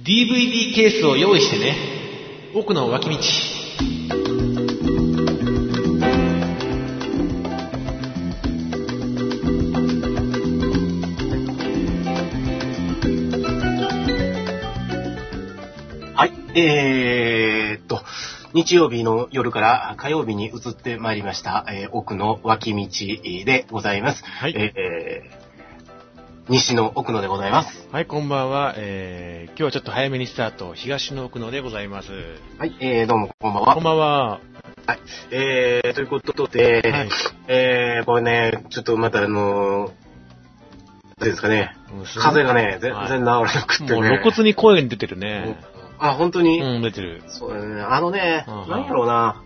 DVD ケースを用意してね奥の脇道はい、えーっと、日曜日の夜から火曜日に移ってまいりました、えー奥の脇道でございます。はい、えー西の奥野でございます。はい、こんばんは、えー、今日はちょっと早めにスタート東の奥野でございますはい、えー、どうもこんばんこんは。ばんは、えー、ということで、はい、えー、これね、ちょっとまたあのー、どうですかね、もうすごい風がね、全はい然治らなくってもうね露。骨に声に出てるねあ、本当に、うん出てるそうだね。あのね、うんうんなんやろうな。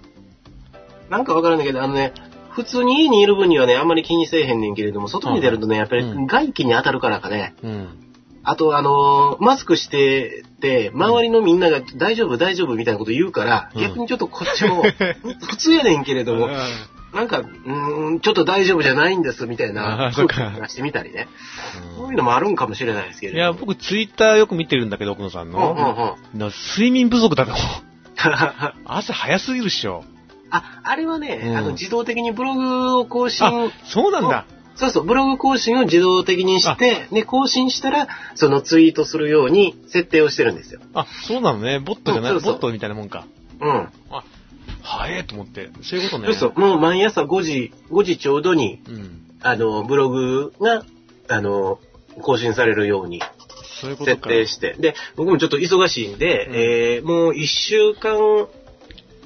なんかわからんだけど、あのね、普通に家にいる分にはね、あんまり気にせえへんねんけれども、外に出るとね、やっぱりうん外気に当たるからかね。うんあと、あのーマスクしてて、周りのみんなが大丈夫、大丈夫みたいなこと言うから、うん逆にちょっとこっち も、普通やねんけれども、なんか、うーん、ちょっと大丈夫じゃないんです、みたいあなー、そ空っ気かを出してみたりね。うんそういうのもあるんかもしれないですけれいど。や、僕ツイッターよく見てるんだけど奥野さんうんうんうの、ん。な睡眠不足だと あ、朝早すぎるっしょあれはね、うんあの、自動的にブログを更あ新そうなんだそうそう、ブログ更新を自動的にして、で、更新したら、そのツイートするように設定をしてるんですよ。あそうなのねボットじゃないそうそうそうボットみたいなもんかうん。早えと思ってそういうことねそうそう、もう毎朝5時、5時ちょうどに、うんあの、ブログが、あの、更新されるようにそういうこと設か定して。で、僕もちょっと忙しいんで、うんえーもう1週間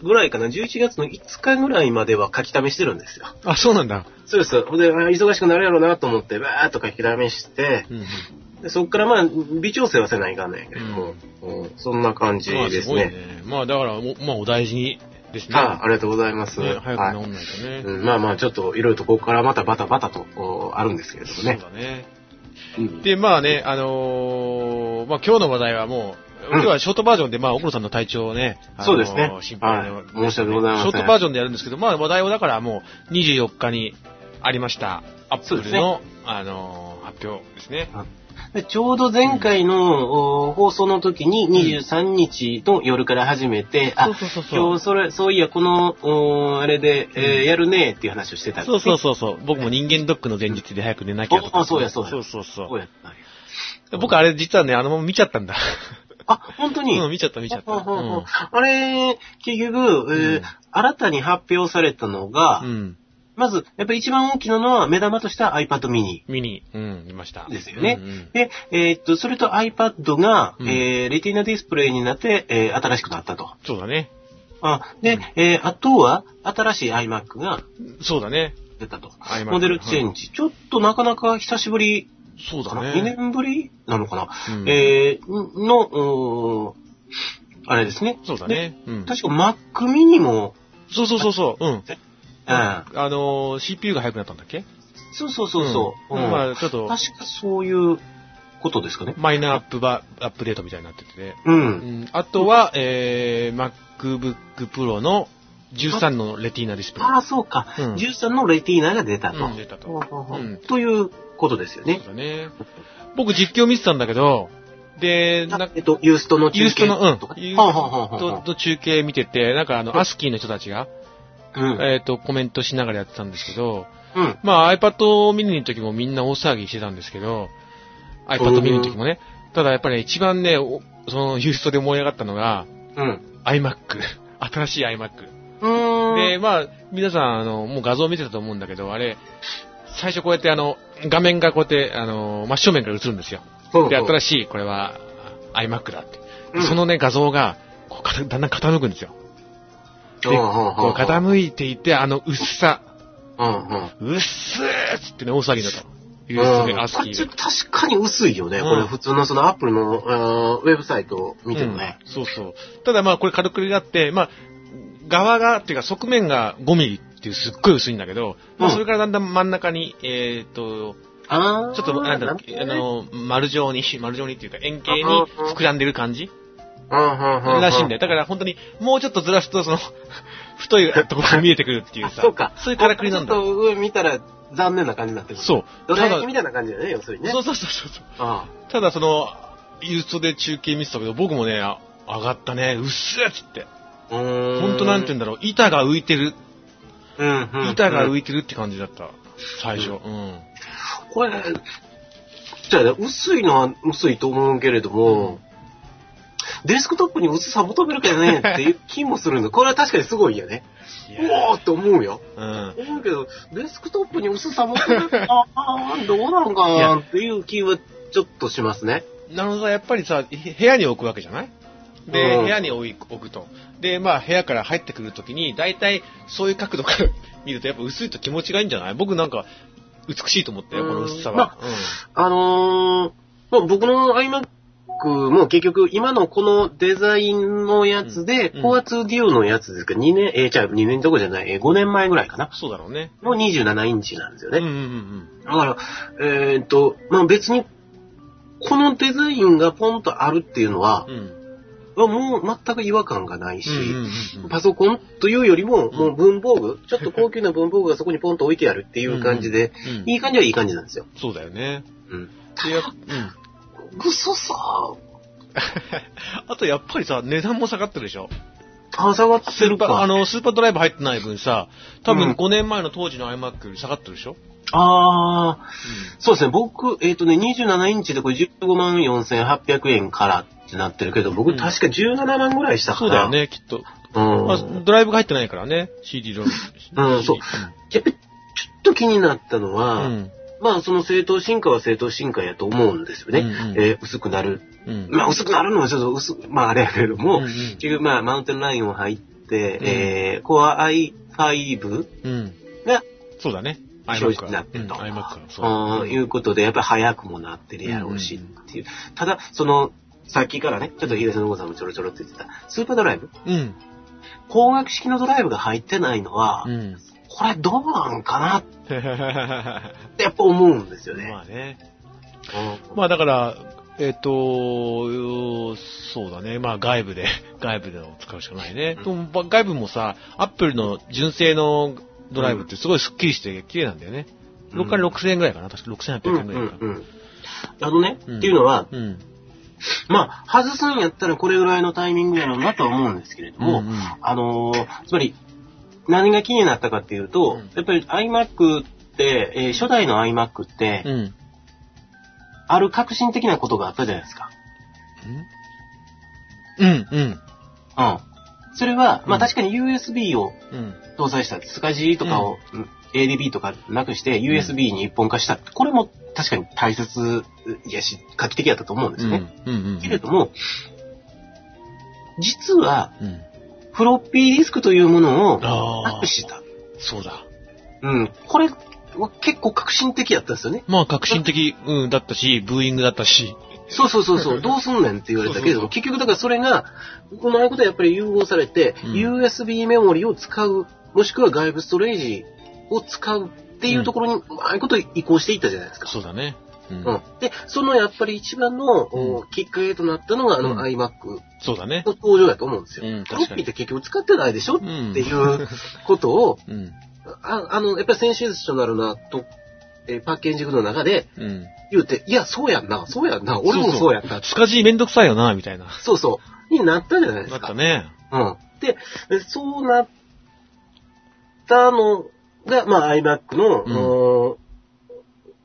ぐらいかな、11月の5日ぐらいまでは書き溜めしてるんですよ。あそうなんだそうそう。ほんで、あ忙しくなるやろうなと思って、ばーっと書き溜めして、うんうんでそっからまあ、微調整はせないかんねんけれども、うんそんな感じまあですごいね。ね。まあだから、おまあお大事にですね。あありがとうございます。ね早はいく治んないとね。うんまあまあ、ちょっといろいろとここからまたバタバタとこうあるんですけれどもそうね。だね。うんで、まあね、あのーまあ今日の話題はもう、うん今日はショートバージョンで、まあ、奥野さんの体調をね、あのーそうですね心配で、はい申し訳ございませんショートバージョンでやるんですけど、まあ、話題をだからもう、24日にありました、アップそうでルすねの、あのー発表ですね。でちょうど前回のお放送の時に23日の夜から始めそて、うあ、そうそうそ今う。日それ、そういや、この、おあれで、えーうんやるねっていう話をしてたんですそねうそうそうそう。僕も人間ドックの前日で早く寝なきゃとかあそうやそうやそうそうそそうう。やったんや僕あれ実はね、あのまま見ちゃったんだ。あ、本当に、うん、見ちゃった見ちゃった。ほんほんほんうんあれ、結局、えーうん新たに発表されたのが、うん。まず、やっぱり一番大きなのは目玉とした iPad mini。見に、うん、いました。ですよねうんうんで、えーっと、それと iPad が、うんえーレティナディスプレイになって、えー新しくなったと。そうだね。あで、うんえーあとは、新しい iMac がそうだね。出たと。 iMac モデルチェンジ。ちょっとなかなか久しぶりそうかだな、ね。 2年ぶりなのかな、うんえーの、うーあれですね。そうだね。うん。確か Mac mini も、そうそうそうそう。うん。うんあのー、CPU が速くなったんだっけそうそうそうそう。んうんまあ、ちょっと、確かそういうことですかね。マイナーアップバ、アップデートみたいになっててね。う。うんん。あとは、えー、MacBook Pro の13のレティーナディスプレイ。ああ、そうか。うん13のレティーナが出たと。うん出たとほうほうほううんということですよねそう。だね。僕実況見てたんだけど、で、なあえっと、ユーストの中継ユーストの、うんとか。。ユーほうスほうほうほうトと中継見てて、なんかあの、アスキーの人たちが、うん。えっ、と、コメントしながらやってたんですけど、うん。まあ iPad ミニの時もみんな大騒ぎしてたんですけど、iPad ミニの時もね。ただやっぱり、ね、一番ね、おそのユーストで盛り上がったのがうん。 iMac。新 しい iMac。うーん。で、まあ、皆さん、あの、もう画像見てたと思うんだけど、あれ、最初こうやってあの、画面がこうやって、あの、真正面から映るんですよ。で、新ししい、これは iMac だって。うんでそのね、画像が、こうかた、だんだん傾くんですよ。い、ほうほうほこうう傾いていて、あの薄さ、うんうん。うっすーっつってね、大騒ぎだと。いううんアスキー確が。かに薄いよね。うんこれ普通のそのアップルのあーウェブサイトを見てもね。うんそうそう。ただまあこれ軽くなって、まあ、側が、っていうか側面が5ミリっていうすっごい薄いんだけど、まうあんそれからだんだん真ん中に、えーっと、ああ。ちょっとなんだっけ、あなるの、ほ丸状に、丸状にっていうか円形にうん膨らんでる感じどね、うんうんうんうんらしいんだよ。だから本当にもうちょっとずらすと、その、 太いところが見えてくるっていう あさ。そうか。そういうからくりなんだちょっ。と上見たら残念な感じになってくる。そう。どたらだ、焼きみたいな感じだよね、要するにね。そうそうそうそう。あただその、ユーストで中継見てたけど、僕もね、あ上がったね、うっすーっつって。うんほんとなんて言うんだろう、板が浮いてる、うんうんうん板が浮いてるって感じだった。最初。うん。これ、じゃあね、薄いのは薄いと思うけれども、デスクトップに薄さ求めるけど ねっていう気もするんだ。これは確かにすごいよね。うおーって思うよ。うん。思うけど、デスクトップに薄さ求めるかあーどうなんかなっていう気はちょっとしますね。なるほど、やっぱりさ、へ部屋に置くわけじゃないで、うん部屋に置い置くと。で、まあ、部屋から入ってくるときに、大体、そういう角度から 見ると、やっぱ薄いと気持ちがいいんじゃない僕なんか、美しいと思ったよ、この薄さは。あのー、まあ、僕の iMac も結局今のこのデザインのやつで、うんコア 2DO のやつですか、2年、えー、じゃあ2年どころじゃない、えー5年前ぐらいかなうん。。そうだろうね。の27インチなんですようね。んうんうんだから、えーっと、まあ別に、このデザインがポンとあるっていうのはうん。う、ん。もう全く違和感がないし、うんうんうんうんパソコンというよりも、んもう文房具、ちょっと高級な文房具がそこにポンと置いてあるっていう感じで、うんいい感じはいい感じなんですよ。そうだよね。うん。で、やっうん。ぐそさ、あと、やっぱりさ、値段も下がってるでしょあ、下がってるあか。の、スーパードライブ入ってない分さ、多う分ん5年前の当時の iMac より下がってるでしょあー、そうですね。僕、えーっ、とね、27インチでこれ15万4800円からってなってるけど、う僕ん確か17万ぐらいしたかそうら。だよ。ね、きっと。うん。まあ、ドライブが入ってないからね、CD ロム。うんそうやっぱりちょっと気になったのうん。うは、ん。まあその正当進化は正当進化やと思うんですよね。うんうんえー薄くなる。うん。まあ薄くなるのはちょっと薄く、まああれやけれども、うんうん結局まあマウンテンラインを入って、うんえー、Core i5 うん。がそうだね。消費になってると iMac はうん iMac はあーいうことでやっぱり早くもなってるやろうしっていう。ただ、その、さっきからね、ちょっと東野さんもちょろちょろって言ってた、スーパードライブそう。うん。光学式のドライブが入ってないのは、うん。 これどうなんかなっまてやっぱ思うんですよね。あね。うんまあだから、えっ、と、そうだね。まあ外部で、 外部で使うしかないね。うんでもまあ外部もさ、Apple の純正のドライブってすごいスッキリして綺麗なんだよね。うん6から6000円ぐらいかな。確か6800円ぐらいかな。うんうんうんあのね、うんっていうのは、うん。まあ、外すんやったらこれぐらいのタイミングやろうなとは思うんですけれども、うんうんあのーつまり、何が気になったかっていううと、んやっぱり iMac って、えー初代の iMac って、うん。んある革新的なことがあったじゃないですか。うん。うん。うん。それは、まうんあ確かに USB をうん。搭載した、スカジーとかを、うん ADB とかなくして USB に一本化した。これも確かに大切やし、画期的だったと思うんですよね。うんうんうんけれども、実は、うん。フロッピーディスクというものをあなあく、した。そうだ。うん。これは結構革新的だったんですよね。まあ革新的、うん、だったし、ブーイングだったし。そうそうそ うそう、どうすんねんって言われたけれども、結局だからそれが、うまいことやっぱり融合されて、うん USB メモリを使う、もしくは外部ストレージを使うっていうところに、うまいこと移行していったじゃないですか。そうだね。うん。うん、で、そのやっぱり一番の、うんおきっかけとなったのが、あの、うん iMac そうだね。の登場だと思うんですよ。うん、フロ確かッピーっに。て結局使ってないでしょっうんていうことを、うん。ああの、やっぱりセンシーショナルなと、えーパッケージングの中でうん。言うて、いや、そうやんな、そうやんな、俺もそうやんな、スカジーめんどくさいよな、みたいな。そうそう、になったじゃないでだすっか。たね。うん。で、えそうなったのが、まあ、iMac の、うんうーん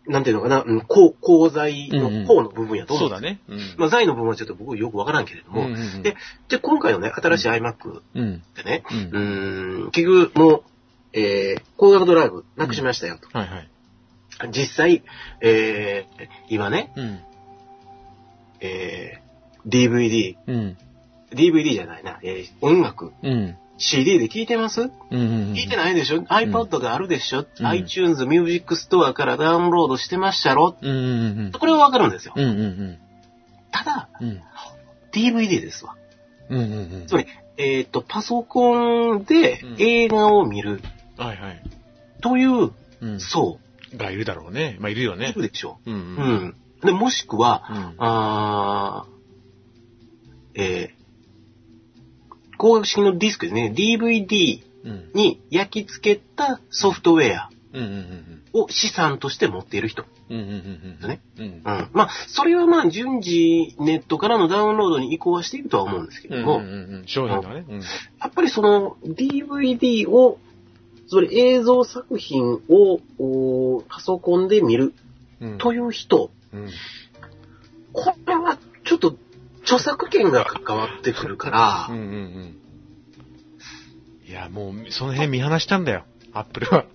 なんていうのかな、うん、こう鋼材うんうんの方の部分やと思そうう。だね。うん。まあ、材の部分はちょっと僕よくわからんけれどうも、んうんで、で、今回のね、新しい iMac っうん。てね、うんう。ーん、結局もう、えー、高額ドライブなくしましたよと。はいはい。実際、えー、今ね、うん。えー、DVD、うん。 DVD じゃないな、えー、音楽、うん。 CD で聴いてますうんうん。聞いてないでしょ ?iPod があるでしょ、うん ?iTunes Music Store からダウンロードしてましたろうんうんこれはわかるんですようん。う。んうんただ、うん。うん。 DVD ですわ。うんうんうん。つまり、えっ、と、パソコンでうん映画を見るはいはい。といううん。層がいるだろうね。まあ、いるよいね。るでしょうんう。。うんで、もしくは、ん。あーえー、光学式のディスクですね。DVD うん。に焼き付けたソフトウェアうんうんうんうん。を資産として持っている人。うんうんうんうん。ね。うんう。ん。まあ、それはまあ、順次ネットからのダウンロードに移行はしていくとは思うんですけうどんも、うんうん。商品がね。うん。やっぱりその DVD を、それ映像作品をおパソコンで見るうんという人、うん。これはちょっと著作権が関わってくるから、うんうんうん。いや、もう、その辺見放したんだよ。アップルは。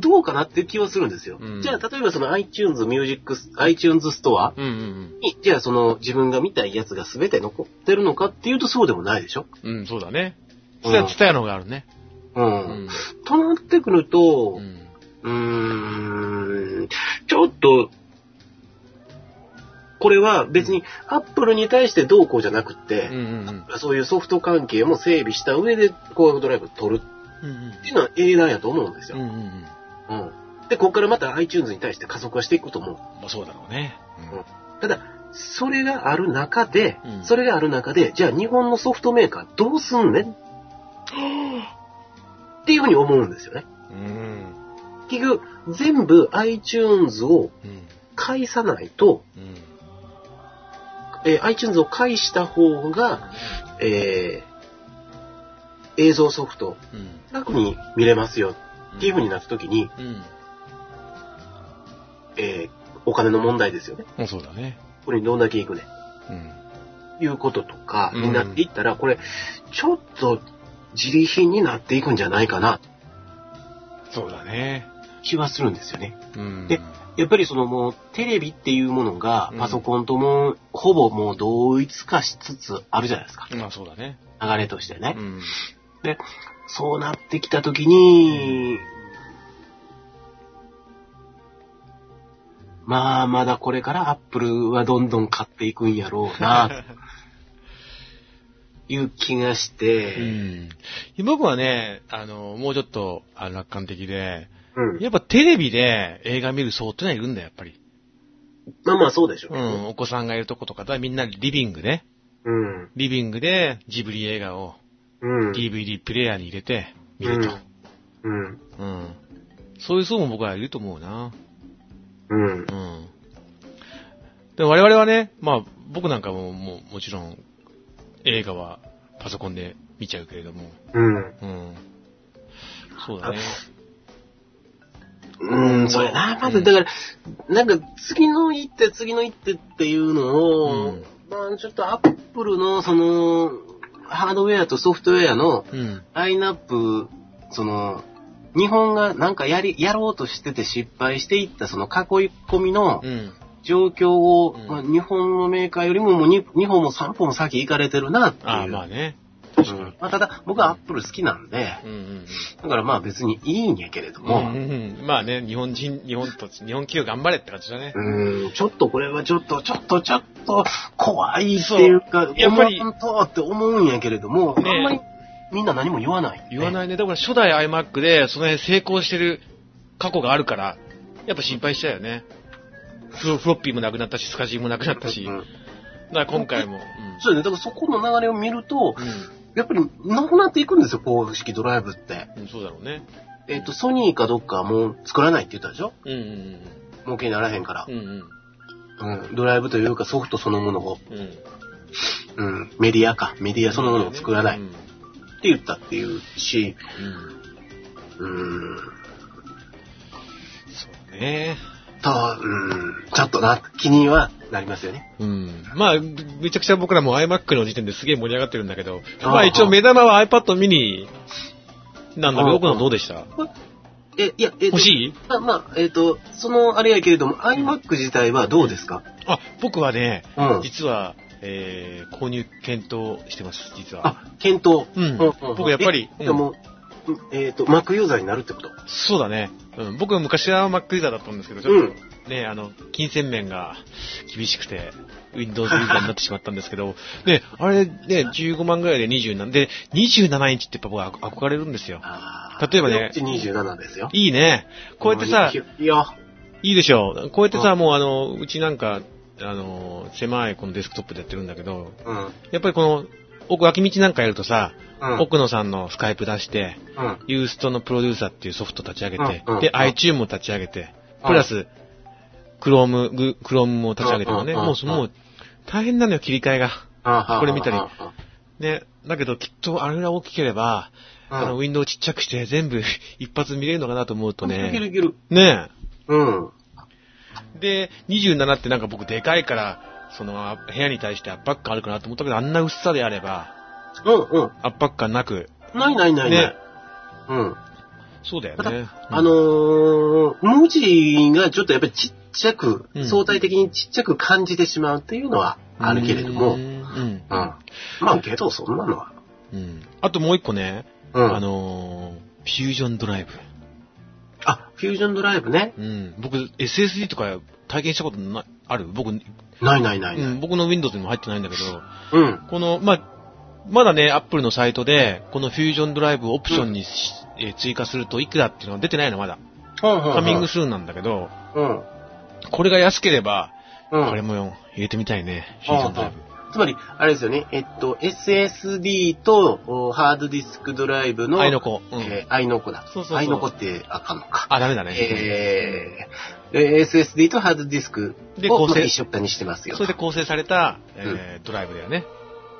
どうかなって気はするんですよ。うんじゃあ、例えばその iTunes Music、iTunes ストアうんうんに、じゃあその自分が見たいやつが全て残ってるのかっていうとそうでもないでしょうん。うん、そうだね。うツんタヤ、ツタヤの方があるね。う。うんん。となってくるうと、ん。うーん、ちょっと、これは別にアップルに対してどうこうじゃなくってうんう、んそういうソフト関係も整備した上でこういうドライブを取るうん。っていうのは英断やと思うんですうんよ。うんうん。うん。で、ここからまた iTunes に対して加速はしていくと思う。まあそうだろうね。ただ、それがある中で、うんそれがある中で、じゃあ日本のソフトメーカーどうすんねんっていうふうに思うんですよね。うん。結局、全部 iTunes うをん。返さないと、うん。えー iTunes を介した方が、えー映像ソフトうん。楽に見れますよっていうふうに。になった時に、うん。えーお金の問題ですよね。もうそうだね。これにどんだけいくねうん。いうこととかうんになっていったら、これ、ちょっと自利品になっていくんじゃないかな、そうだね。気はするんですよね。うん。でやっぱりそのもうテレビっていうものがうんパソコンともうほぼもう同一化しつつあるじゃないですか。まあそうだね。流れとしてね。うん。そうなってきたときに、まあまだこれからアップルはどんどん買っていくんやろ うな、という気がしうて、ん。僕はね、あの、もうちょっとあの楽観的で、うんやっぱテレビで映画見る層ってのはいるんだよ、やっぱり。まあまあそうでしょう。ん、お子さんがいるとことか、だからみんなリビングね。うん。リビングでジブリ映画をうん。 DVD プレイヤーに入れて見ると。うん。うん。そういう層も僕はいると思うな。うんう。ん。でも我々はね、まあ僕なんかももうもちろん映画はパソコンで見ちゃうけれども。うん。うん。そうだね。うん、そうやな。まず、だから、なんか、次の一手、次の一手っていうのを、うんまあ、ちょっとアップルの、その、ハードウェアとソフトウェアのうん。ラインナップ、その、日本がなんかやり、やろうとしてて失敗していった、その囲い込みのうん。状況を、うんまあ、日本のメーカーよりももう 2, 本も3本も先行かれてるなっていう。ああ、まあね。う確かに。んまあ、ただ、僕はアップル好きなんで、うんうんだからまあ別にいいんやけれどうん。うも、んうんうんまあね、日本人、日本と、日本企業頑張れって感じだね。うんちょっとこれはちょっと、ちょっと、ちょっと、怖いっていうか、うやっぱり思わんとって思うんやけれども、ねあんまりみんな何も言わない、言わい。ないね。だから初代 iMac で、その辺成功してる過去があるから、やっぱ心配したよね。フロフロッピーもなくなったし、スカジーもなくなったし。うだんから今回も。そうだね。だからそこの流れを見るとう、ん。やっぱりなくなっていくんですよ、公式ドライブって。うん、そうだろうね。えっ、と、ソニーかどっかはもう作らないって言ったでしょうんうん儲けにならへんからうん。う。んうん。ドライブというかソフトそのものを、うん。うん。うん。メディアか。メディアそのものを作らないっうてんう言ったっていうし、ん。うん。そうだね。と、うん。ちょっとな、気にはなりますよね。うん。まあ、めちゃくちゃ僕らも iMac の時点ですげえ盛り上がってるんだけど、あーまあ一応目玉は iPad mini なんだけあど、ー僕のどうでしたえ、いや、えっと欲しいまあ、まあ、えっ、と、そのあれやけれども、iMac 自体はどうですかあ、僕はね、うん。実は、えー、購入検討してます、実は。あ、検討。うん僕やっぱりうえんじゃあもう、うんえっ、と、Mac ユーザーになるってことそうだね。うん、僕昔は Mac ユーザーだったんですけど、ちうょっん。とね、あの、金銭面が厳しくて、Windows ユーザーになってしまったんですけど、 ね、あれね、15万ぐらいで27、で、27インチってやっぱ僕は憧れるんですよ。あー例えばねこっち27ですよ。いいね。こうやってさ、いいよ。いいでしょ。こうやってさ、うもうあの、うちなんか、あの、狭いこのデスクトップでやってるんだけど、うん。うん。やっぱりこの、奥、脇道なんかやるとさ、うん。奥野さんのスカイプ出して、うん。ユーストのプロデューサーっていうソフト立ち上げてうんう、んで、うん iTune も立ち上げて、プラス、クローム、グクロームも立ち上げてもね、うんうんうんもうそ、もう、大変なのよ、切り替えが。これ見たりあね、だけどきっとあれが大きければ、うんあの、ウィンドウちっちゃくして全部 一発見れるのかなと思うとあいけるね。いける。ねうん。え。で、27ってなんか僕でかいから、その、あ部屋に対して圧迫感あるかなと思ったけど、あんな薄さであれば、うんうん。圧迫感なく、ないないないない。ねうん。そうだよただね。あのー、文字がちょっとやっぱりちっちゃくう、ん相対的にちっちゃく感じてしまうっていうのはうん、あるけれどうも、うんん。うん。まあけど、そんなのは。うん。あともう一個ね、うん。ああのー、フュージョンドライブ。フュージョンドライブね。うん。僕、SSD とか体験したことな、ある僕、うないないないない。ん、僕の Windows にも入ってないんだけど、うん。この、まあ、まだね、アップルのサイトで、このフュージョンドライブをオプションにし、えー追加するといくらっていうのは出てないの、まだ。カカミングス。スーンなんだけど、うん。これが安ければ、うん。これも入れてみたいね、フュージョンドライブ。つまり、あれですよね。えっと、SSD とおハードディスクドライブの、あいのこ。うえん。ーアイノコだ。そうそうそうアイノコってあかんのか。あ、ダメだね。えー、えー SSD とハードディスクでを構まあ成一緒くたにしてますよそれで構成された、えードライブだよね。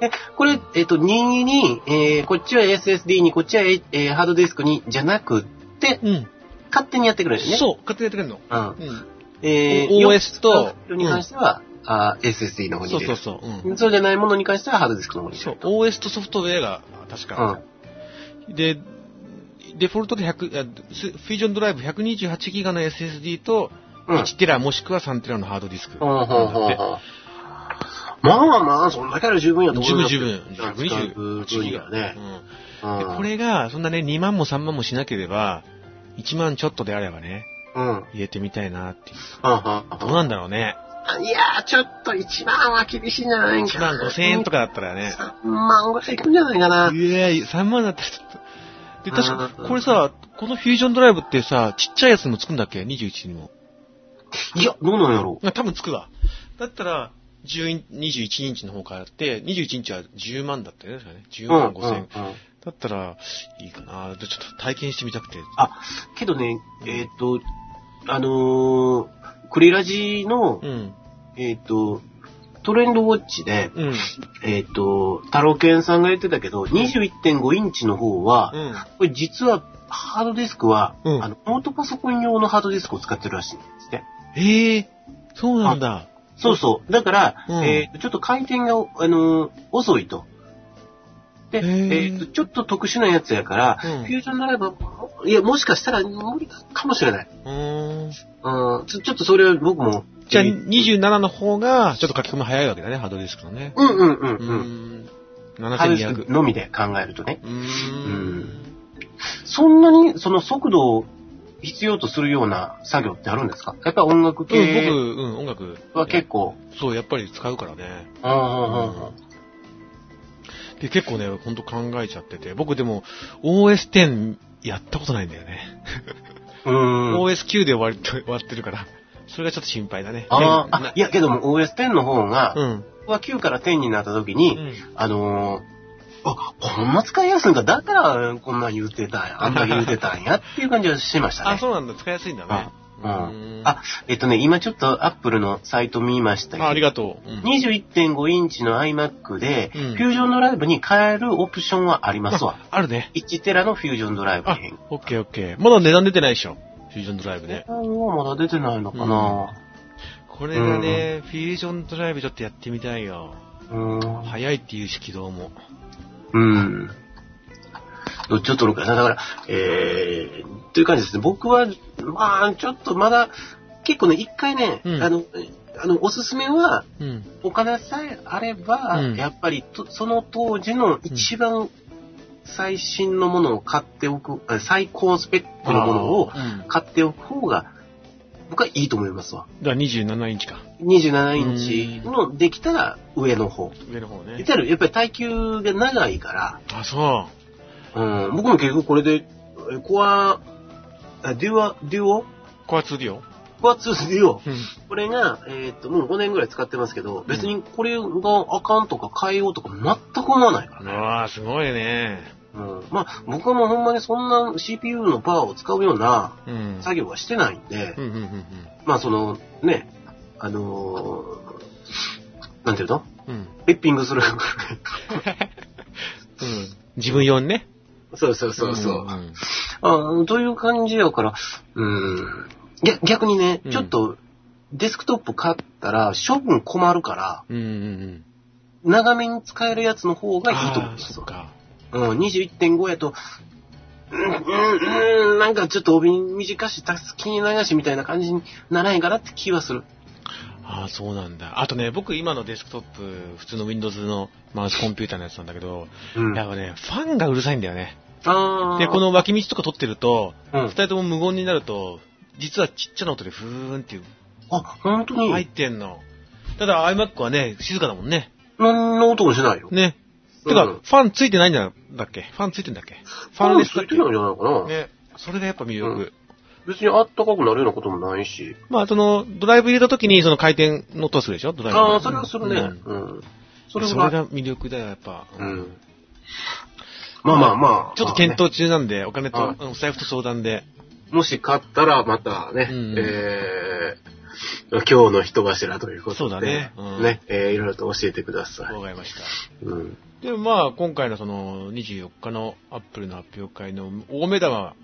えこれ、えっと、任意に、えーこっちは SSD に、こっちは、えーハードディスクに、じゃなくって、うん。勝手にやってくれるよね。う。そう、勝手にやってくれるの。うん。うえ OS と4に関しては、あー SSD の方ん。にそう入れそるう。そう。うん。そうじゃないものに関してはハードディスクの方に入それうる。、 OS とソフトウェアが、確か。で、デフォルトで100、あスフュージョンドライブ 128GB の SSD と、うん。うん1テラもしくは3テラのハードディスク。ほうほうほうほうまあまあ、そんだけあれば十分やと思十う分よ十分。 128 128ギガ。ね。うんでうんこ、れが、そんなね、2万も3万もしなければ、1万ちょっとであればね、うん。うんうん入れてみたいなっていう。どううなんだろうね。んいやー、ちょっと1万は厳しいんじゃない1かな。万5千円とかだったらね。 3万ぐらいいくんじゃないかな。いやいや、3万だったらちょっと。で、確うか、んこれさ、このフュージョンドライブってさ、ちっちゃいやつにもつくんだっけ ?21 にも。いや、どうなんやろまあ多分つくわ。だったら、10イン21インチの方からやって、21インチは10万だったよね。確かね10う。うん万5うんう千円ん。だったら、いいかな。でちょっと体験してみたくて。けどね、えっと、あのー、クリラジのう、ん。えっと、トレンドウォッチで、うん。うん。えっと、太郎健さんが言ってたけど、21.5インチの方は、これ実は、ハードディスクは、うんあの、ノートパソコン用のハードディスクを使ってるらしいんですね。ええそうなんだ。そうそう。だから、うんえーちょっと回転が、あのー遅いと。で、へえーーとちょっと特殊なやつやから、うんフュージョンならば、いや、もしかしたら無理かもしれない。うーん。うん、ちょちょっとそれは僕も。じゃあ、えー27の方が、ちょっと書き込み早いわけだね、ハードディスクのね。うんうんううんうーん。ん。ハードディス7200。クのみで考えるとね。うーん。そんなに、その速度を必要とするような作業ってあるんですかやっぱ音楽うん、僕、系うん、音楽。は結構。そう、やっぱり使うからね。うんうんうんうん。で、結構ね、ほんと考えちゃってて。僕でも、OS10 やったことないんだよね。うーん。 OS9 で終わり、 終わってるから。それがちょっと心配だね。あーねあ、いやけども OS10 の方がう、ん。僕は9から10になった時うに、んあのー、あ、こんな使いやすいんか、だからこんなん言うてたんや、あんだけ言うてたんやっていう感じはしましたね。あ、そうなんだ。使いやすいんだね。うんうーんあ、えっとね、今ちょっと Apple のサイト見ましたけど、あありがとう。うん21.5インチの iMac で、うんフュージョンドライブに変えるオプションはありますわ。ああるね。 1テラのフュージョンドライブあに変更。、オッケーオッケー。まだ値段出てないでしょ。フュージョンドライブね。これはまだ出てないのかな、これがね、フュージョンドライブちょっとやってみたいよ。うん、早いっていうし、起動も。うん。どっちを取るかな。だから、えー、という感じですね。僕は、まあ、ちょっとまだ、結構ね、一回ね、うんあの、えあの、おすすめは、うん。お金さえあれば、うんやっぱりと、その当時の一番最新のものを買っておく、あ最高スペックのものをうん。だか買っておく方が、僕はいいと思いますわ。ら27インチか。 27インチのできたら上の方。上の方言っね。たらやっぱり耐久が長いから、あ、そうん、僕も結局これで、えコア、あデュア、デュオう。コア2ディオコア2デュオ。うん。これが、えーっと、もう5年ぐらい使ってますけど、別にこれがあかんとか変えようとか全く思わないからうね。わー、すごいね。うん、まあ、僕はもうほんまにそんな CPU のパワーを使うようなうん。作業はしてないんで、うんうんうんうん。まあその、ね、あのー、なんていうのうん。エッピングする。 うん。自分用にね。そうそうそうそう。んんあという感じやから、うん。逆逆にねう、んちょっと、デスクトップ買ったら、処分困るから、うんうんうん。長めに使えるやつの方がいいと思うあんあ、ですそよっ。か。うん、21.5やと、うん、うん、うん、なんかちょっと帯短し、たすきに流しみたいな感じにならへんかなって気はする。ああ、そうなんだ。あとね、僕今のデスクトップ、普通の Windows のマウスコンピューターのやつなんだけど、うん。やっぱね、ファンがうるさいんだよね。あーで、こ、の脇道とか撮ってると、う二ん、人とも無言になると、実はちっちゃな音でふーんっていうあ、本当に、入ってんの。ただ iMac はね、静かだもんね。何の音もしないよ。ね。てか、うフんァンついてないんだっけファンついてんだっけファンレスつだっいてけないんじゃないかな。ね。それがやっぱ魅力。う別にあったかくなるようなこともないし。まあ、その、ドライブ入れた時にその回転の音はするでしょドライブ。ああ、それはするね。うんうん。そそれれは、が魅力だよ、やっぱ。うん。まあまあまあ。ちょっと検討。討中なんで、お金と、はいあのお財布と相談で。もし買ったらまたね、うんえー、今日の人柱ということで。そうだねうんね、えー、いろいろと教えてください。わかりました。うん。でもまあ、今回のその、24日のアップルの発表会の大目玉は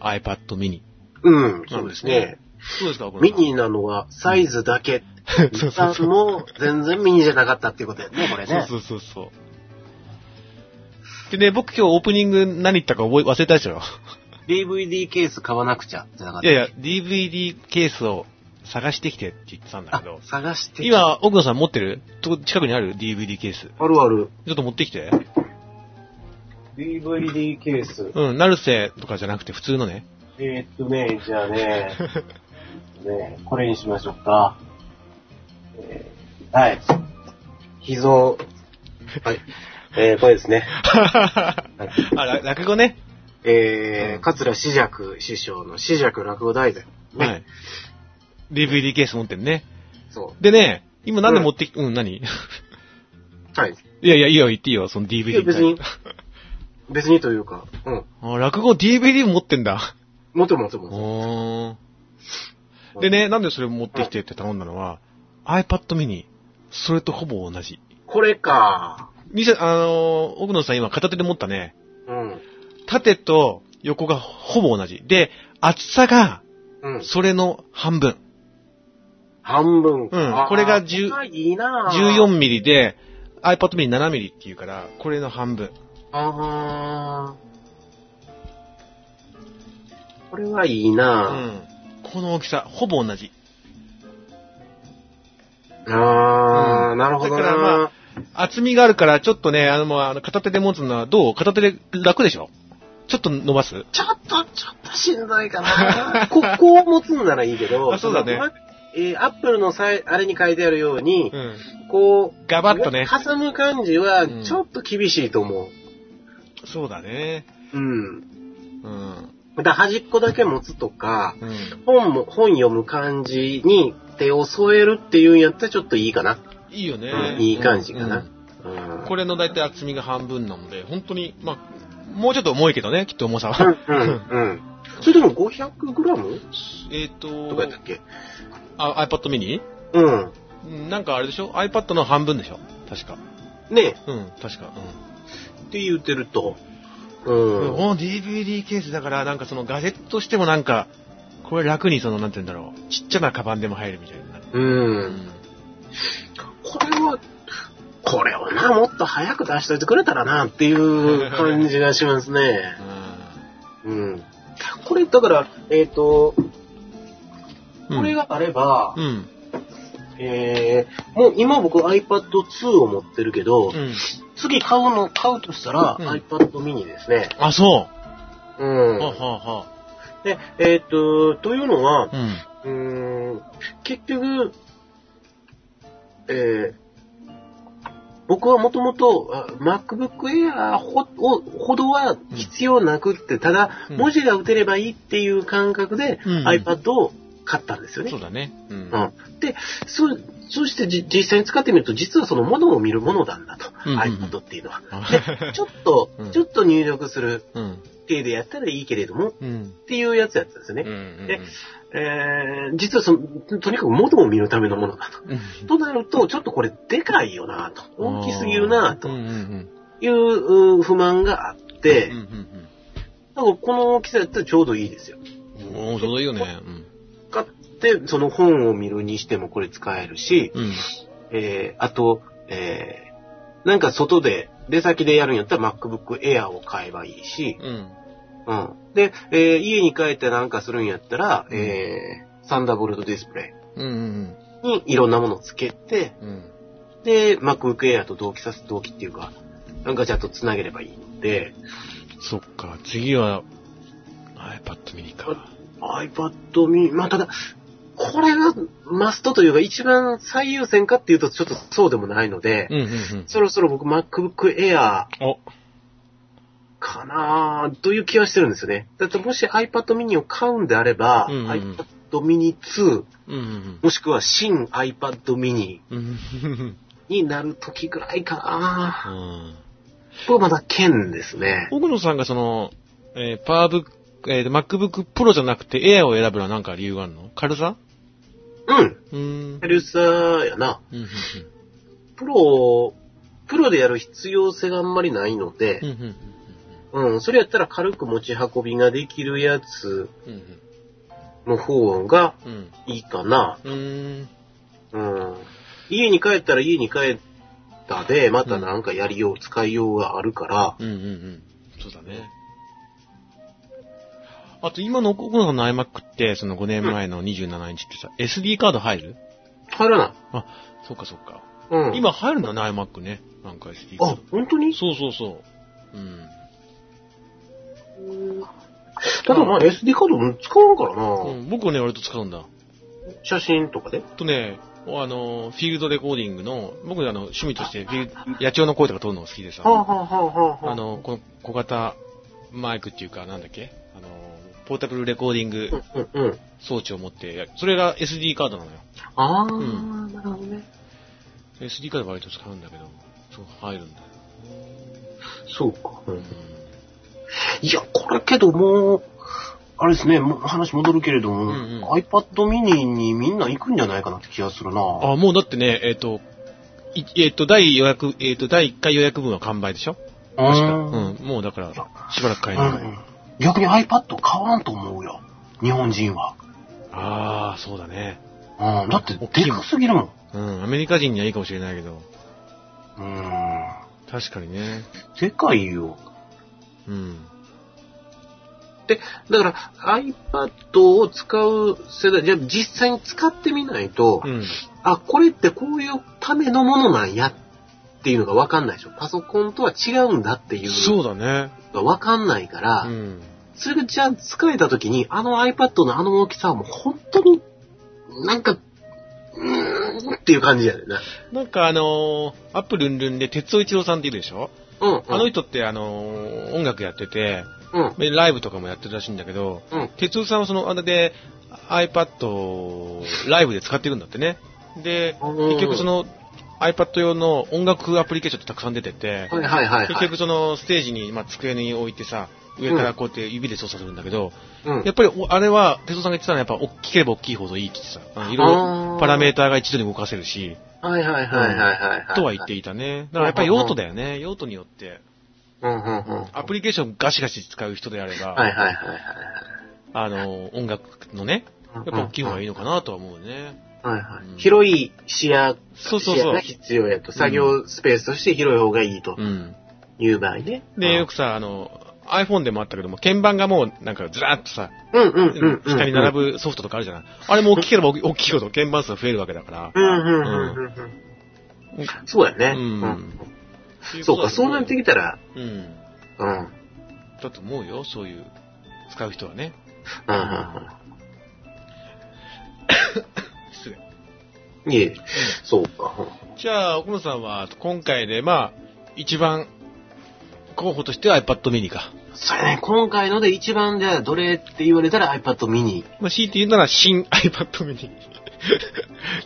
iPad mini。うん、そうですね。どうですか、このミニなのはサイズだけ。そう一そう般そう。も全然ミニじゃなかったっていうことやね、これね。そうそうそうそう。でね、僕今日オープニング何言ったか覚え、忘れたでしょ。 DVD ケース買わなくちゃ、じゃなかっいた。やいや、DVD ケースを探してきてって言ってたんだあけど、。探して。、今、奥野さん持ってると近くにある ?DVD ケース。ちあるある。ょっと持ってきて。 DVD ケース。うん、ナルセとかじゃなくて普通の ね。えー、っとね、じゃあね、ねこれにしましょうか。えーはい。秘蔵。はい。えー、これですね。あ、ら落語ね。えー、桂四尺師匠の四尺落語大全。ね。はい。DVD ケース持ってるね。そ。でね、今なんで持ってき、うん、何 いうはい。やいや、いいよ、言っていいよ、その DVD いや別に別にというか、うん。あ、落語 DVD 持ってんだ。持ってる持ってる持ってるおーでね、なんでそれ持ってきてって頼んだのは、iPad mini。それとほぼ同じ。これか。みせ、あのー奥野さん今片手で持ったね、うん。縦と横がほぼ同じ。で、厚さが、うん。それの半分。半分か。うんこれが10 10、いいなぁ。 14ミリで、iPad mini 7ミリっていうから、これの半分。あーこれはいいうなぁ。ん。この大きさ、ほぼ同じ。あー、なるほどだからなま厚みがあるから、ちょっとね、あの、もうあの片手で持つのはどう片手で楽でしょちょっと伸ばすちょっと、ちょっとしんどい かなここを持つんならいいけど、あそうだねの。えーアップルのさいあれに書いてあるように、うん。こう、ガバッとね。挟む感じは、うんちょっと厳しいと思そうだね。う。うん。うん。だから端っこだけ持つとか、うん。本も、本読む感じに手を添えるっていうんやったらちょっといいかな。いいよねうん。いい感じかなうんうん。これの大体厚みが半分なので、本当に、まあ、もうちょっと重いけどね、きっと重さうん、は。うん、うん。それでも 500g? えっととかやったっけあ、iPad mini? うん。うんなんかあれでしょ ?iPad の半分でしょ確か。ねうん、確か。って言うてると。うん。うん。この DVD ケースだから、なんかそのガジェットとしてもなんか、これ楽にその、なんて言うんだろう。ちっちゃなカバンでも入るみたいな。う。。うんこれは、これをな、もっと早く出しといてくれたらなって いう感じがしますね。うん。これ、だから、えっ、と、うんこれがあれば、うん。えー、もう今僕 iPad 2を持ってるけど、うん。次買うの、買うとしたら、うん iPad mini ですね。あ、そう。うはあん。はあはで、えっ、と、というのは、あ。うん。うーん結局、えー僕はもともとあ MacBook Air ほをほどは必要なくって、ただうん文字が打てればいいっていう感覚でうん iPad を買ったんですよ ね。そうだね。うん。うんで、そうそしてじ実際に使ってみると、実はそのものを見るものなんだと。うんうんうん iPad っていうのは。ちょっとうん、ちょっと入力するうん。程度やったらいいけれども、っうん。ていうやつやったんですようんね。うんでえー実はその、とにかくものを見るためのものだと。うんとなると、ちょっとこれでかいよなと。大きすぎるなうんとうんうんいううん不満があってうん、うんだからこの大きさやったらちょうどいいですよ。うん。おーちょうどいいよね。うん買って、その本を見るにしてもこれ使えるし、うん。えーあと、えーなんか外で、出先でやるんやったら MacBook Air を買えばいいし、うん。うん。で、えー家に帰ってなんかするんやったら、うんえーサンダーボルトディスプレうんうんイにいろんなものをつけて、うん。うん。で、MacBook Air と同期させ、同期っていうか、なんかちゃんと繋げればいいので、そっか、次は iPad mini か。 iPad mini、まあ、ただ、これがマストというか一番最優先かっていうとちょっとそうでもないので、うんうんうん。そろそろ僕 MacBook Air お、かなという気はしてるんですよね。だってもし iPad mini を買うんであれば、うんうん iPad mini 2、うんうんもしくは新 iPad mini うん。うん。になる時ぐらいかなうんこれまだ剣ですね。奥野さんがその、えー、パワーブック、えー、MacBook Pro じゃなくて Air を選ぶのは何か理由があるの軽さうん。うーん。ペルサーやな。うんうんプロ、プロでやる必要性があんまりないのでうん。う、んうんうん、それやったら軽く持ち運びができるやつうんうんの方がうんうんいいかな。うーん。うん。家に帰ったら家に帰ったで、またなんかやりよう、使いようがあるから、うんうんうん。そうだね。あと今の奥野さんの iMac って、その5年前の27インチってさ、SD カード入る入らない。そっかそっか。うん。、今入るんだね、iMac ね。なんか SD カーあド。、本当にそうそうそう。うん。ただまあ SD カードも使わんからな、うん、僕はね、割と使うんだ。写真とかで。あとね、あの、フィールドレコーディングの、僕あの、趣味としてフィール野鳥の声とか撮るのが好きでさ、はあ、はあはあはあ、あの、この小型マイクっていうか、なんだっけあの、ポータブルレコーディングうんうんうん。装置を持ってや、それが SD カードなのよ。ああ、うなるほどね。 SD カード割と使うんだけど、そう、入るんだよ。そうか。ううんんいや、これけどもう、あれですね、もう話戻るけれども、うんうん iPad mini にみんな行くんじゃないかなって気がするな。あ、もうだってね、えっ、と、いえっ、と、第予約、えっ、と、第1回予約分は完売でしょ確か。うんうん、もうだから、しばらく買えない。うん逆に iPad 買わんと思うよ。日本人は。ああ、そうだね。うん、だって大、きいでもんかすぎるもん。うん、アメリカ人にはいいかもしれないけど、うん。確かにね。でかいよ。うん。だから iPad を使う世代、じゃあ実際に使ってみないと、うん。あ、これってこういうためのものなんやっていうのがわかんないでしょ。パソコンとは違うんだっていうそうだね。のがわかんないから、うん。それがじゃあ使えた時に、あの iPad のあの大きさはもう本当に、なんか、うーんっていう感じやねんな。なんかあのーアップルンルンで哲夫一郎さんっているでしょ、うん、うん。あの人ってあのー音楽やってて、うん。でライブとかもやってるらしいんだけど、うん哲夫さんはその、あれで iPad をライブで使ってるんだってね。で、結局そ、の iPad 用の音楽アプリケーションってたくさん出てて、はいはいはい、結はい。局そのステージに、まあ、机に置いてさ、上からこうやって指で操作するんだけど、うんやっぱりおあれは、哲夫さんが言ってたのは、やっぱ大きければ大きいほどいいってさ、うんいろいあろーパラメーターが一度に動かせるし、はいはいはいはいはい、はい。とは言っていたね。だからやっぱり用途だよね。用途によって、うんうんうん。アプリケーションガシガシ使う人であれはいはいば、はいはい。あの、音楽のね、ややっぱ大きい方がいいのかなとは思うね。はいはうんい。広い視野、そうそう視野そがう。必要やと。作業スペースとして広い方がいいとうん。いう場合ね。で、よくさ、あの、iPhone でもあったけども、鍵盤がもうなんかずらーっとさ、うんうんうんうん。下に並ぶソフトとかあるじゃない。あれも大きけれ ば大きいほど鍵盤数が増えるわけだから。うんうんうんうんうん。そうやね。うんそうか、そうなってきたら、うん。うん。うんうんだと思うよ、そういう、使う人はね。うん。失礼。いえ、そうか。じゃあ、奥野さんは、今回で、まあ、一番、候補としては iPad mini か。それね、今回ので一番じゃあどれって言われたら iPad mini。 まあ、強いて言うなら、新 iPad mini。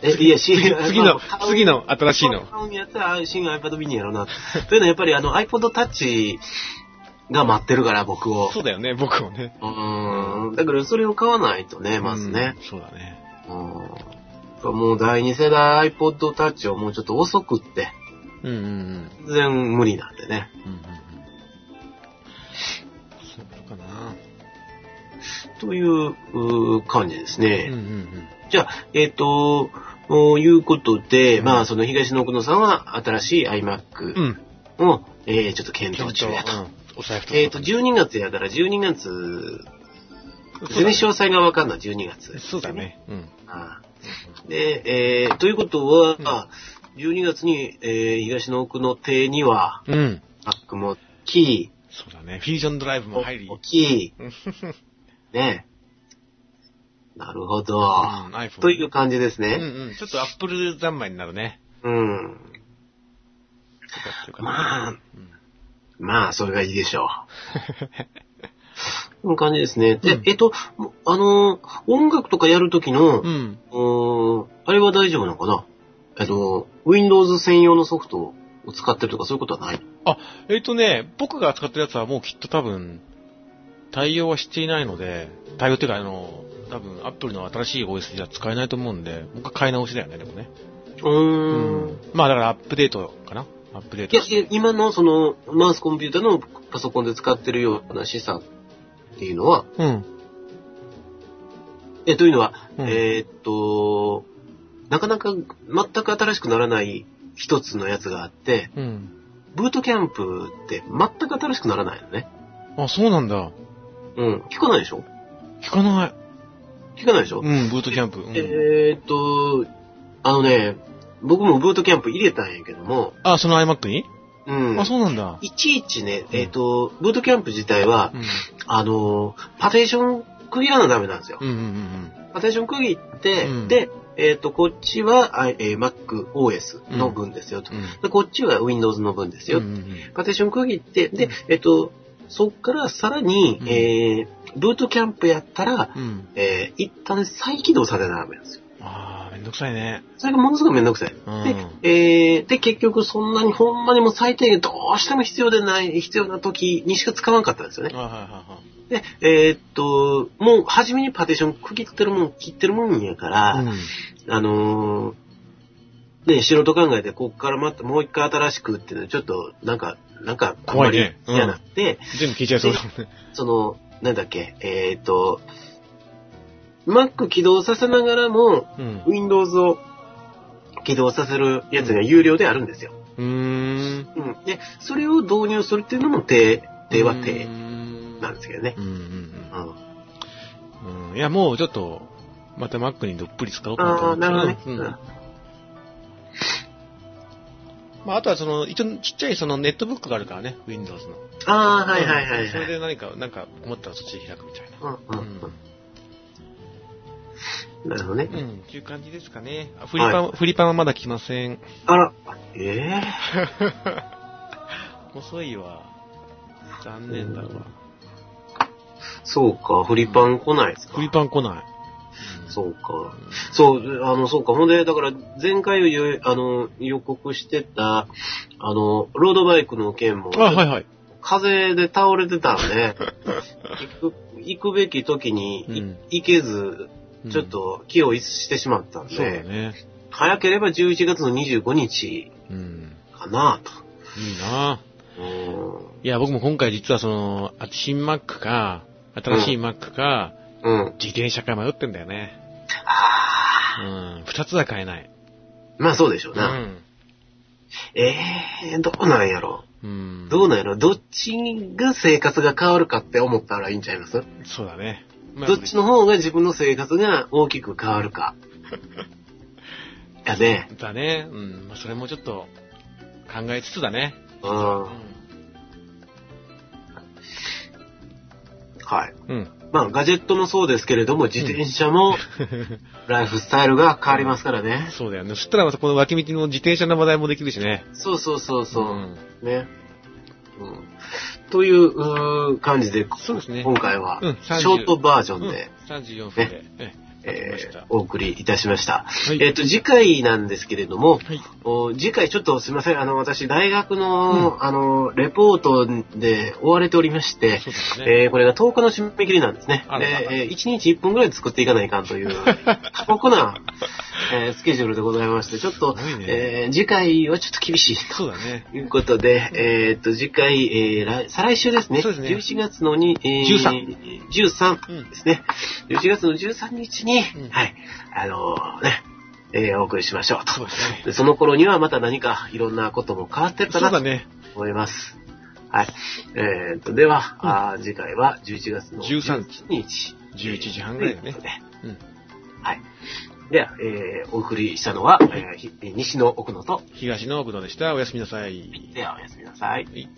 え、いや、新 次 次の、次の新しいの。買うんやったら、新 iPad mini やろうな。というのはやっぱりあの iPod Touch が待ってるから、僕を。そうだよね、僕もね。うーん。だからそれを買わないとね、まずね。うん。そうだね。うん。もう第二世代 iPod Touch をもうちょっと遅くって、うんうんうん。全然無理なんでね。うんうんうん。そうなのかな。といううー感じですうんね。うんじゃあ、えっ、と、ということで、うんまあ、その東野久野さんは新しい iMac うん。うん。を、えーちょっと検討中やと。うんお財布とか。えっ、と、12月やから12月、そう全だ然ね詳細がわかんない、12月、そうだ。ね。うん。ああで、えーということは、うん12月に、えー東の奥の手には、うん。マックもキそうだね。フュージョンドライブー、も入り。うんキうんー、ね。なるほど。 iPhone という感じでうすんね。うん。ちょっとアップル三昧になるね。うん。とかっていうかまあ、うんまあ、それがいいで しょう。この感じですね。で、うんえっと、あのー、音楽とかやるときの、うん。うーん、あれは大丈夫なのかなえっと、Windows 専用のソフトを使ってるとかそういうことはないえっとね、僕が使ってるやつはもうきっと多分、対応はしていないので、対応っていうか、あの、多分、アップルの新しい OS じゃ使えないと思うんで、もう一回買い直しだよね、でもね。ううーん。。まあだからアップデートかなアップデーいトや、いや今のその、マウスコンピューターのパソコンで使ってるような資産っていうのは、うん。え、というのは、うんえーっと、なかなか全く新しくならない一つのやつがあって、うん。ブートキャンプって全く新しくならないのね。あ、そうなんだ。うん。聞かないでしょ聞かない。聞かないでしょ、うん、ブートキャンプ。うん、えーっと、あのね、僕もブートキャンプ入れたんやけども、あ、その iMac に、うんあ、。そうなんだ。いちいちね、えーっと、ブートキャンプ自体はう、ん。あのー、パテーション区切らなダメなんですよう。んうんパテーション区切って、うんで、えーっと、こっちは、あえー MacOS の分ですよと、うんうん。で。こっちは Windows の分ですうん。うよ。んパテーション区切って、でうん、えーっと、そっからさらに、うんえー、ブートキャンプやったら、うん。うん。えー、一旦再起動されなダメなんですよ。あー、めんどくさいね。それがものすごくめんどくさい。うん。でえー、で、結局そんなにほんまにもう最低限どうしても必要でない、必要な時にしか使わなかったんですよね。あはいはいはい。で、えーっと、もう初めにパーテーション区切ってるもん、切ってるもんやから、あのー、ね、素人考えてこっからまたもう一回新しくっていうのはちょっと、なんか、なんか、怖いねあんまり嫌なって、全部聞いちゃいそうだもんね。その、なんだっけ、えーっと、Mac 起動させながらも、うん。 Windows を起動させるやつが有料であるんですよ。うーん。うん。で、それを導入するっていうのも手、手は手うんなんですけどね。うんうんうん。うんうん。いや、もうちょっと、また Mac にどっぷり使おうかなと思あっあ、て。なるほうどね。うんん。うんまあ、あとはその、一応ちっちゃいそのネットブックがあるからね、Windows の。ああ、はいはいはいそれはい。で何か、なんか思ったらそっちで開くみたいな。うんううんん。なるほどねう。ん、っていう感じですかね。あフリパン、フリパンはまだ来ません。 あら、え遅いわ。残念だわ。えそうか、フリパン来ないですか。フリパン来ない。そうか。そう、あの、そうか。ほんで、だから、前回よ、あの、予告してた、あの、ロードバイクの件も、あ、はいはい。風で倒れてたんで、行く、行くべき時にい、うん行けず、うんちょっ、と気を逸してしまったんで、そうだね。早ければ11月の25日うん。かなと。いいなぁうーいや、僕も今回実はその、あ新 Mac か、新しい Mac か、ん。うん。自転車か迷ってんだよね。あうん。二つは買えない。ーまあそうでしょううな。ん。えー、どうなんやろ。うん。どうなんやろ。どっちが生活が変わるかって思ったらいいんちゃいますそうだね。まあどっちの方が自分の生活が大きく変わ るか。やね。だね。うん。まあ、それもちょっと、考えつつだね。うん。うはん。い。うん。まあ、ガジェットもそうですけれども、自転車 も、ライフスタイルが変わりますからね。そうだよね。そしたらまたこの脇道の自転車の話題もできるしね。そうそうそうそう。んね。うん。といううー感じで、そうですね今回は、うんショートバージョンで、うん、34分で。えわかりえましたーお送りいたしました。はいえっ、と、次回なんですけれども、はい。お次回ちょっとすみません、あの、私、大学の、あの、レポートで追われておりまして、そうですね。えーこれが10日の締め切りなんですね。あでららら、え1日1分ぐらい作っていかないかん という、過酷な、えースケジュールでございまして、ちょっと、すごいねえー次回はちょっと厳しいそうだね。ということで、えーっと、次回、えー来、再来週ですね。そうですね11月のに、えー、13。うんですね。11月の13日に、うんはい、あのーね、えーお送りしましょうそうですね。と。でその頃にはまた何かいろんなことも変わってるそかうだなとね。思います。はい。えーっと、では、あー次回は11月の13 13日。 11時半ぐらいだねとうことでうん。はい。では、えーお送りしたのは、えーひ西の奥野と、東の奥野でした。おやすみなさい。ではおやすみなさい。はい